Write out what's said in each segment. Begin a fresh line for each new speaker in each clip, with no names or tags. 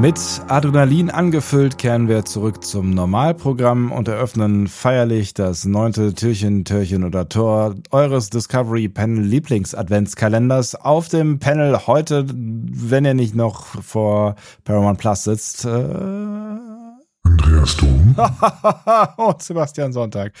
Mit Adrenalin angefüllt kehren wir zurück zum Normalprogramm und eröffnen feierlich das neunte Türchen, Türchen oder Tor eures Discovery Panel Lieblings-Adventskalenders. Auf dem Panel heute, wenn ihr nicht noch vor Paramount Plus sitzt, äh,
Andreas Dom.
und Sebastian Sonntag.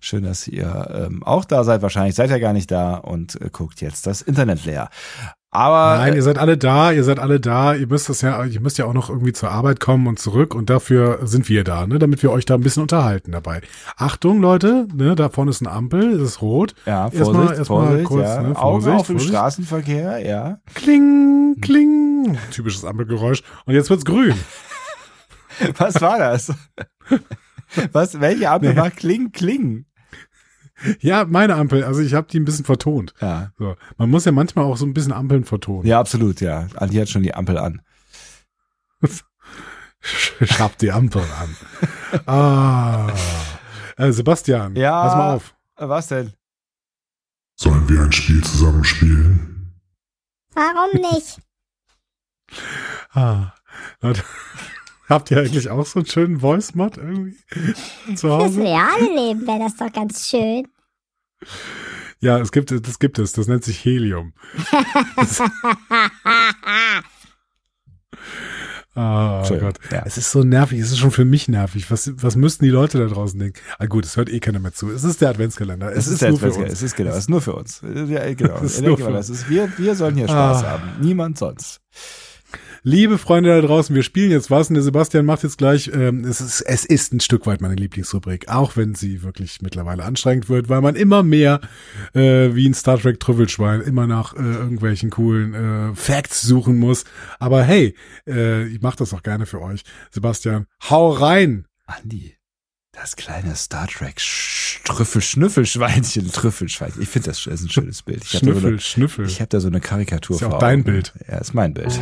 Schön, dass ihr ähm, auch da seid. Wahrscheinlich seid ihr gar nicht da und äh, guckt jetzt das Internet leer. Aber äh,
Nein, ihr seid alle da, ihr seid alle da, ihr müsst das ja, ihr müsst ja auch noch irgendwie zur Arbeit kommen und zurück und dafür sind wir da, ne, damit wir euch da ein bisschen unterhalten dabei. Achtung, Leute, ne, da vorne ist eine Ampel, es ist rot.
Ja, Vorsicht,
Erstmal- erstmal
Vorsicht,
kurz,
ja.
ne,
Augen
Vorsicht,
auf im
Vorsicht.
Straßenverkehr, ja.
Kling, kling. Typisches Ampelgeräusch. Und jetzt wird's grün.
Was war das? Was, welche Ampel
Naja.
macht Kling, Kling?
Ja, meine Ampel, also ich habe die ein bisschen vertont.
Ja.
So. Man muss ja manchmal auch so ein bisschen Ampeln vertonen.
ja, absolut, ja. Andi hat schon die Ampel an.
Schraub die Ampel an. ah. Äh, Sebastian,
Ja.
pass mal auf.
Äh, Was denn?
Sollen wir ein Spiel zusammen spielen?
Warum nicht?
Ah. Leute, Habt ihr eigentlich auch so einen schönen Voice-Mod irgendwie zu
Fürs
Hause?
reale Leben wäre das doch ganz schön.
Ja, es gibt, das gibt es. Das nennt sich Helium. Ah, oh
Entschuldigung,
Gott.
ja.
Es ist so nervig. Es ist schon für mich nervig. Was, was müssten die Leute da draußen denken? Ah, gut, es hört eh keiner mehr zu. Es ist der Adventskalender. Es,
Es,
ist,
der
nur für
Adventskalender.
uns.
Es ist genau, es ist nur für uns. Ja, genau.
Es ist
Ich
nur
denke
für Ah.
mal, das ist, wir, wir sollen hier Spaß haben. Niemand sonst.
Liebe Freunde da draußen, wir spielen jetzt was und der Sebastian macht jetzt gleich, ähm, es, ist, es ist ein Stück weit meine Lieblingsrubrik, auch wenn sie wirklich mittlerweile anstrengend wird, weil man immer mehr äh, wie ein Star Trek Trüffelschwein immer nach äh, irgendwelchen coolen äh, Facts suchen muss. Aber hey, äh, ich mache das auch gerne für euch. Sebastian, hau rein!
Andi, das kleine Star Trek Trüffelschnüffelschweinchen, Trüffelschweinchen. Ich finde, das ist ein schönes Bild. Ich hab da so
Schnüffel,
eine-
Schnüffel.
Ich habe da so eine Karikatur
Ist ja auch
vor
dein
Augen.
Bild.
Ja, ist mein Bild.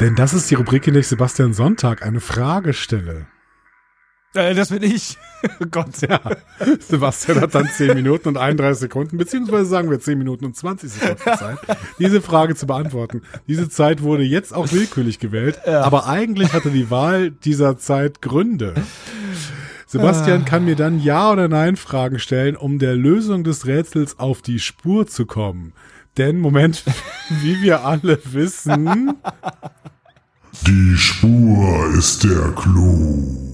Denn das ist die Rubrik, in der ich Sebastian Sonntag eine Frage stelle.
Äh, das bin ich. oh Gott, ja.
Sebastian hat dann 10 Minuten und 31 Sekunden, beziehungsweise sagen wir 10 Minuten und 20 Sekunden Zeit, diese Frage zu beantworten. Diese Zeit wurde jetzt auch willkürlich gewählt, aber eigentlich hatte die Wahl dieser Zeit Gründe. Sebastian kann mir dann Ja oder Nein Fragen stellen, um der Lösung des Rätsels auf die Spur zu kommen. Denn, Moment, wie wir alle wissen,
Die Spur ist der Clou.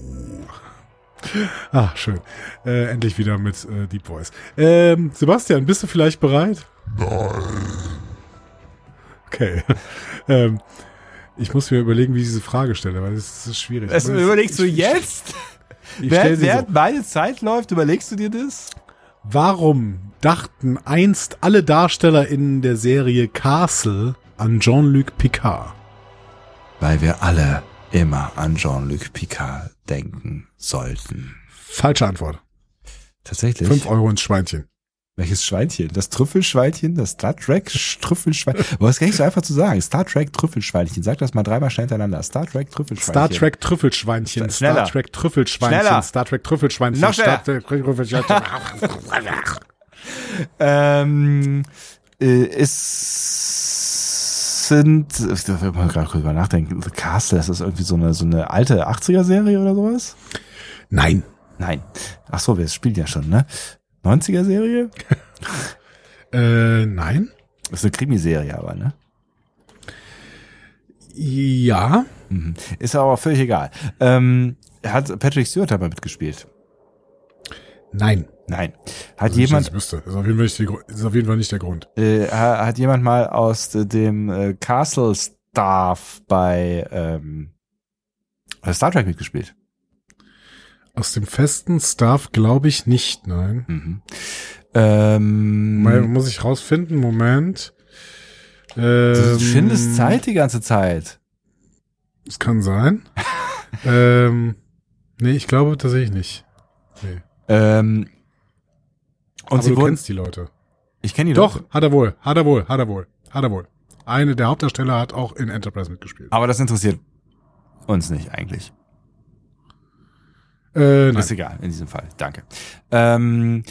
ah, schön, äh, endlich wieder mit äh, Deep Voice. Ähm, Sebastian, bist du vielleicht bereit? Okay. ähm, ich muss mir überlegen, wie ich diese Frage stelle, weil es ist schwierig.
Das
Aber es-
Also, überlegst du
ich-
jetzt?
Ich stelle
Während,
sie
während
so.
meine Zeit läuft, überlegst du dir das?
Warum dachten einst alle Darsteller in der Serie Castle an Jean-Luc Picard?
Weil wir alle immer an Jean-Luc Picard denken sollten.
Falsche Antwort.
Tatsächlich.
Fünf Euro ins Schweinchen.
Welches Schweinchen? Das Trüffelschweinchen? Das Star Trek Trüffelschweinchen? Boah, das ist gar nicht so einfach zu sagen. Star Trek Trüffelschweinchen. Sag das mal dreimal schnell hintereinander. Star Trek Trüffelschweinchen.
Star Trek Trüffelschweinchen.
Schneller.
Star Trek Trüffelschweinchen.
Schneller.
Star Trek Trüffelschweinchen.
Noch schneller.
Star Trek Trüffelschweinchen.
Ähm, äh, es sind, ich darf mal gerade kurz drüber nachdenken. The Castle, das ist irgendwie so eine, so eine alte 80er-Serie oder sowas?
Nein.
Nein. Ach so, wir spielen ja schon, ne? 90er-Serie?
Äh, nein?
Das ist eine Krimiserie aber, ne?
Ja.
Mhm. Ist aber völlig egal. Ähm, hat Patrick Stewart dabei mitgespielt?
Nein.
Nein. Hat
Wenn ich
jemand
das wüsste. Ist auf jeden Fall nicht, die Gru- ist auf jeden Fall nicht der Grund.
äh, ha- hat jemand mal aus de- dem äh, Castle Staff bei ähm, bei Star Trek mitgespielt?
Aus dem festen Staff glaube ich nicht, nein.
Mhm. Ähm,
Mal, muss ich rausfinden, Moment.
Du
Ähm,
findest Zeit die ganze Zeit.
Es kann sein. ähm, nee, ich glaube tatsächlich nicht. Nee.
Ähm, und
Aber
sie
du
wurden,
kennst die Leute.
ich kenne die
Doch,
Leute.
hat er wohl, hat er wohl, hat er wohl, hat er wohl. Eine der Hauptdarsteller hat auch in Enterprise mitgespielt.
Aber das interessiert uns nicht eigentlich.
Äh, nein.
Ist egal, in diesem Fall. Danke. Ähm,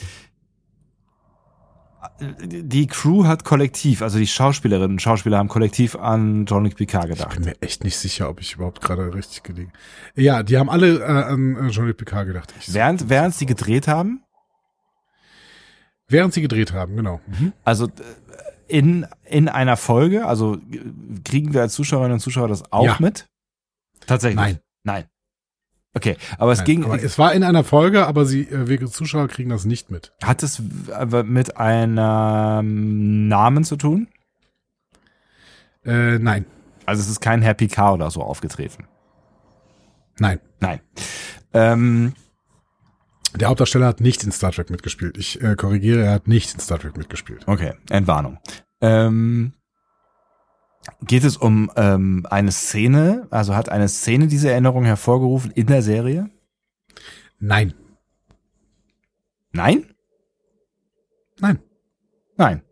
die Crew hat kollektiv, also die Schauspielerinnen und Schauspieler haben kollektiv an Jean-Luc Picard gedacht.
bin mir echt nicht sicher, ob ich überhaupt gerade richtig gelegen. Ja, die haben alle äh, an äh, Jean-Luc Picard gedacht. Ich,
Während, während sie gedreht haben,
Während sie gedreht haben, genau.
also äh, in, in einer Folge, also äh, kriegen wir als Zuschauerinnen und Zuschauer das auch
Ja.
mit? Tatsächlich.
Nein.
Nein. Okay, aber es
Nein,
ging,
aber es war in einer Folge, aber sie, äh, wir Zuschauer kriegen das nicht mit.
hat es w- aber mit einem Namen zu tun?
Äh, nein,
Also es ist kein Herr Picard oder so aufgetreten.
nein.
Nein. Ähm,
Der Hauptdarsteller hat nicht in Star Trek mitgespielt. Ich äh, korrigiere, er hat nicht in Star Trek mitgespielt.
Okay, Entwarnung. Ähm, geht es um ähm, eine Szene, also hat eine Szene diese Erinnerung hervorgerufen in der Serie?
Nein,
Nein?
nein.
Nein.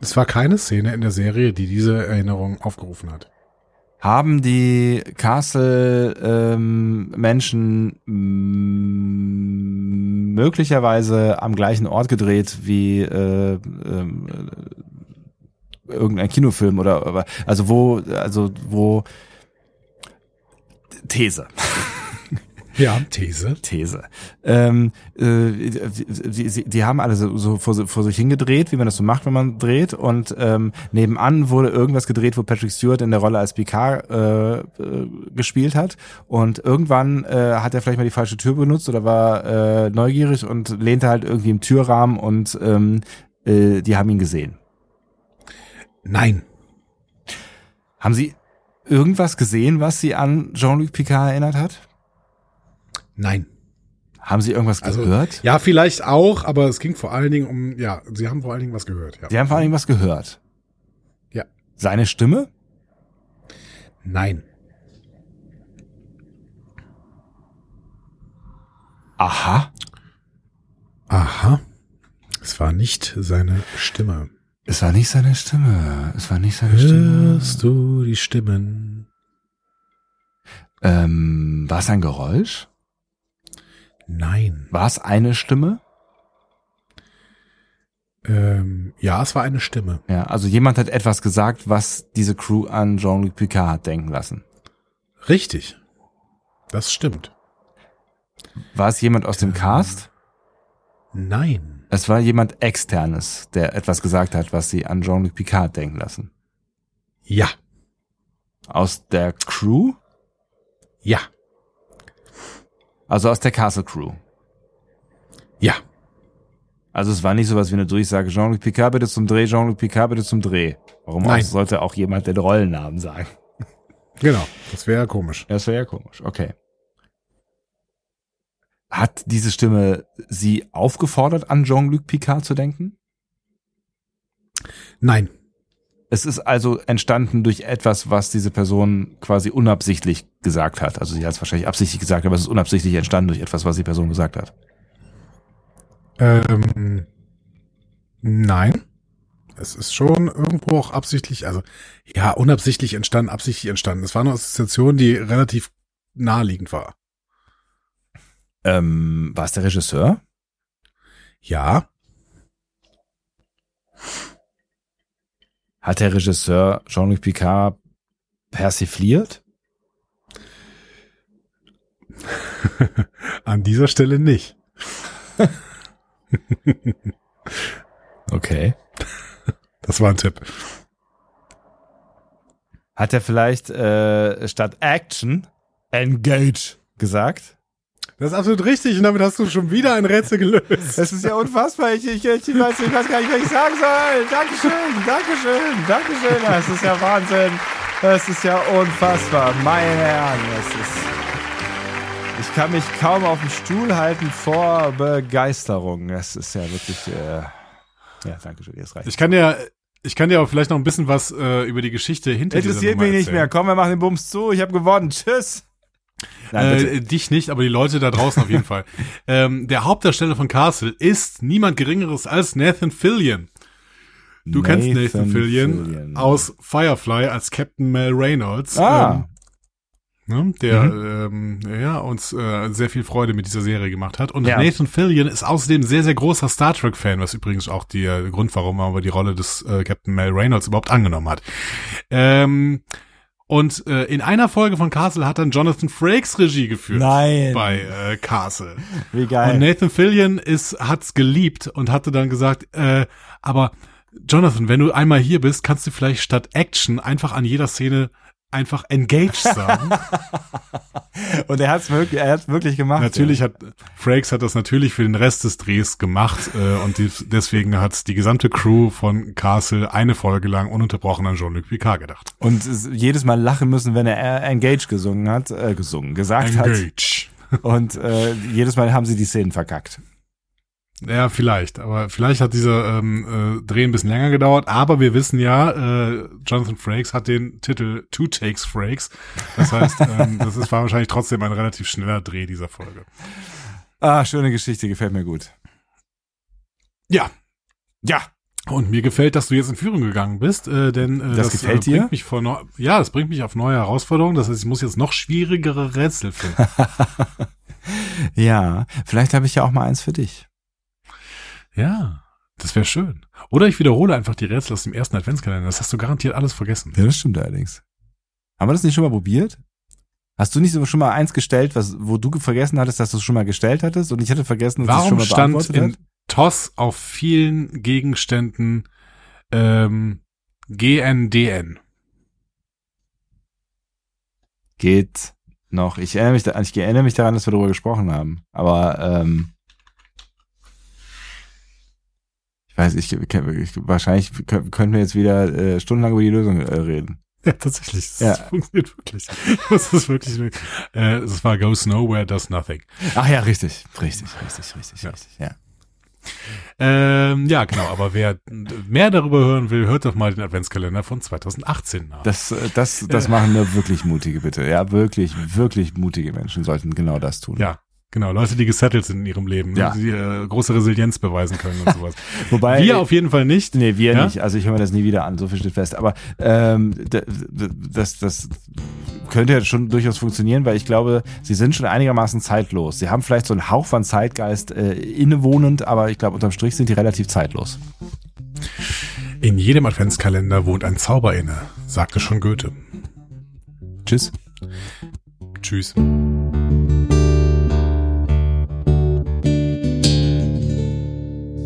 Es war keine Szene in der Serie, die diese Erinnerung aufgerufen hat.
Haben die ähm, Castle-Menschen mm, möglicherweise am gleichen Ort gedreht wie äh, ähm, äh, irgendein Kinofilm oder oder- also wo also wo These
Ja, These.
These. Ähm, äh, die, die, die haben alle so, so vor, si- vor sich hingedreht, wie man das so macht, wenn man dreht. Und ähm, nebenan wurde irgendwas gedreht, wo Patrick Stewart in der Rolle als Picard äh, äh, gespielt hat. Und irgendwann äh, hat er vielleicht mal die falsche Tür benutzt oder war äh, neugierig und lehnte halt irgendwie im Türrahmen und ähm, äh, die haben ihn gesehen.
Nein,
Haben Sie irgendwas gesehen, was Sie an Jean-Luc Picard erinnert hat?
nein.
Haben Sie irgendwas
Also,
gehört?
Ja, vielleicht auch, aber es ging vor allen Dingen um, ja, sie haben vor allen Dingen was gehört, ja.
Sie haben vor allem was gehört.
Ja.
Seine Stimme?
Nein.
Aha.
Aha. Es war nicht seine Stimme.
Es war nicht seine Stimme. Es war nicht seine Stimme.
Hörst du die Stimmen?
Ähm, war es ein Geräusch?
Nein.
War es eine Stimme?
Ähm, ja, es war eine Stimme.
Ja, also jemand hat etwas gesagt, was diese Crew an Jean-Luc Picard hat denken lassen.
Richtig. Das stimmt.
War es jemand aus dem Cast?
Nein.
Es war jemand externes, der etwas gesagt hat, was sie an Jean-Luc Picard denken lassen.
Ja.
Aus der Crew?
Ja.
Also aus der Castle Crew.
Ja.
Also es war nicht sowas wie eine Durchsage, Jean-Luc Picard bitte zum Dreh, Jean-Luc Picard bitte zum Dreh. Warum auch
Nein.
sollte auch jemand den Rollennamen sagen?
Genau. Das wäre komisch.
Das wäre ja komisch. Okay. Hat diese Stimme Sie aufgefordert, an Jean-Luc Picard zu denken?
Nein.
Es ist also entstanden durch etwas, was diese Person quasi unabsichtlich gesagt hat. Also sie hat es wahrscheinlich absichtlich gesagt, aber es ist unabsichtlich entstanden durch etwas, was die Person gesagt hat.
Ähm, nein. Es ist schon irgendwo auch absichtlich, also ja, unabsichtlich entstanden, absichtlich entstanden. Es war eine Assoziation, die relativ naheliegend war.
Ähm, war es der Regisseur?
Ja.
Hat der Regisseur Jean-Luc Picard persifliert?
An dieser Stelle nicht.
Okay.
Das war ein Tipp.
Hat er vielleicht äh, statt Action Engage gesagt?
Das ist absolut richtig und damit hast du schon wieder ein Rätsel gelöst.
Das ist ja unfassbar. Ich, ich, ich, weiß, ich weiß gar nicht, was ich sagen soll. Dankeschön, Dankeschön, Dankeschön. Das ist ja Wahnsinn. Das ist ja unfassbar. Meine Herren, das ist. Ich kann mich kaum auf dem Stuhl halten vor Begeisterung. Das ist ja wirklich. Äh, Ja, danke schön, jetzt reicht.
Ich kann ja, ich kann dir aber vielleicht noch ein bisschen was äh, über die Geschichte hinter dieser
Interessiert
Nummer
mich nicht
erzählen.
mehr. Komm, wir machen den Bums zu. Ich habe gewonnen. Tschüss. Nein, bitte.
Äh, dich nicht, aber die Leute da draußen auf jeden Fall. Ähm, der Hauptdarsteller von Castle ist niemand Geringeres als Nathan Fillion. Du kennst Nathan Fillion, aus Firefly als Captain Mel Reynolds.
Ah.
Ähm, ne, der
Mhm.
ähm, ja, uns äh, sehr viel Freude mit dieser Serie gemacht hat. Und
Ja.
Nathan Fillion ist außerdem sehr, sehr großer Star Trek-Fan, was übrigens auch der Grund, warum er aber die Rolle des äh, Captain Mel Reynolds überhaupt angenommen hat. Ähm, und äh, in einer Folge von Castle hat dann Jonathan Frakes Regie geführt
Nein.
bei äh, Castle.
Wie geil.
Und Nathan Fillion ist, hat's geliebt und hatte dann gesagt, äh, aber Jonathan, wenn du einmal hier bist, kannst du vielleicht statt Action einfach an jeder Szene einfach engaged sagen.
Und er hat es wirklich, er hat's wirklich gemacht.
natürlich
Ja.
hat Frakes hat das natürlich für den Rest des Drehs gemacht äh, und die, deswegen hat die gesamte Crew von Castle eine Folge lang ununterbrochen an Jean-Luc Picard gedacht.
Und es, jedes Mal lachen müssen, wenn er äh, Engage gesungen hat, äh, gesungen, gesagt
Engage.
hat. Und äh, jedes Mal haben sie die Szenen verkackt.
Ja, vielleicht. Aber vielleicht hat dieser ähm, äh, Dreh ein bisschen länger gedauert. Aber wir wissen ja, äh, Jonathan Frakes hat den Titel Two Takes Frakes. Das heißt, ähm, das ist, war wahrscheinlich trotzdem ein relativ schneller Dreh dieser Folge.
Ah, schöne Geschichte, gefällt mir gut.
Ja.
Ja.
Und mir gefällt, dass du jetzt in Führung gegangen bist, äh, denn äh,
Das gefällt
äh,
dir?
bringt mich vor neu ja, das bringt mich auf neue Herausforderungen. Das heißt, ich muss jetzt noch schwierigere Rätsel finden.
Ja, vielleicht habe ich ja auch mal eins für dich.
ja, das wäre schön. Oder ich wiederhole einfach die Rätsel aus dem ersten Adventskalender. Das hast du garantiert alles vergessen.
Ja, das stimmt allerdings. Haben wir das nicht schon mal probiert? Hast du nicht so schon mal eins gestellt, was, wo du vergessen hattest, dass du es schon mal gestellt hattest und ich hatte vergessen, dass du es schon
Warum
mal
stand
beantwortet
in
hat?
TOS auf vielen Gegenständen ähm, GNDN?
Geht noch. Ich erinnere mich, da, ich erinnere mich daran, dass wir darüber gesprochen haben. Aber ähm, ich weiß, ich, ich wahrscheinlich kö- könnten wir jetzt wieder äh, stundenlang über die Lösung äh, reden.
Ja, tatsächlich. Das
Ja.
funktioniert wirklich. Das ist wirklich. Äh, es war Goes Nowhere, Does Nothing.
Ach ja, richtig, richtig, richtig, richtig,
Ja.
richtig. Ja.
Ähm, ja, genau. Aber wer mehr darüber hören will, hört doch mal den Adventskalender von 2018 nach.
Das, äh, das, das machen nur wirklich mutige, bitte. Ja, wirklich, wirklich mutige Menschen sollten genau das tun.
ja. Genau, Leute, die gesettelt sind in ihrem Leben,
Ja.
die äh, große Resilienz beweisen können und sowas.
Wobei
Wir auf jeden Fall nicht.
Nee, wir
Ja?
nicht. Also ich höre mir das nie wieder an, so viel steht fest. Aber ähm, d- d- das, das könnte ja schon durchaus funktionieren, weil ich glaube, sie sind schon einigermaßen zeitlos. Sie haben vielleicht so einen Hauch von Zeitgeist äh, innewohnend, aber ich glaube, unterm Strich sind die relativ zeitlos.
In jedem Adventskalender wohnt ein Zauber inne, sagte schon Goethe.
Tschüss.
Tschüss.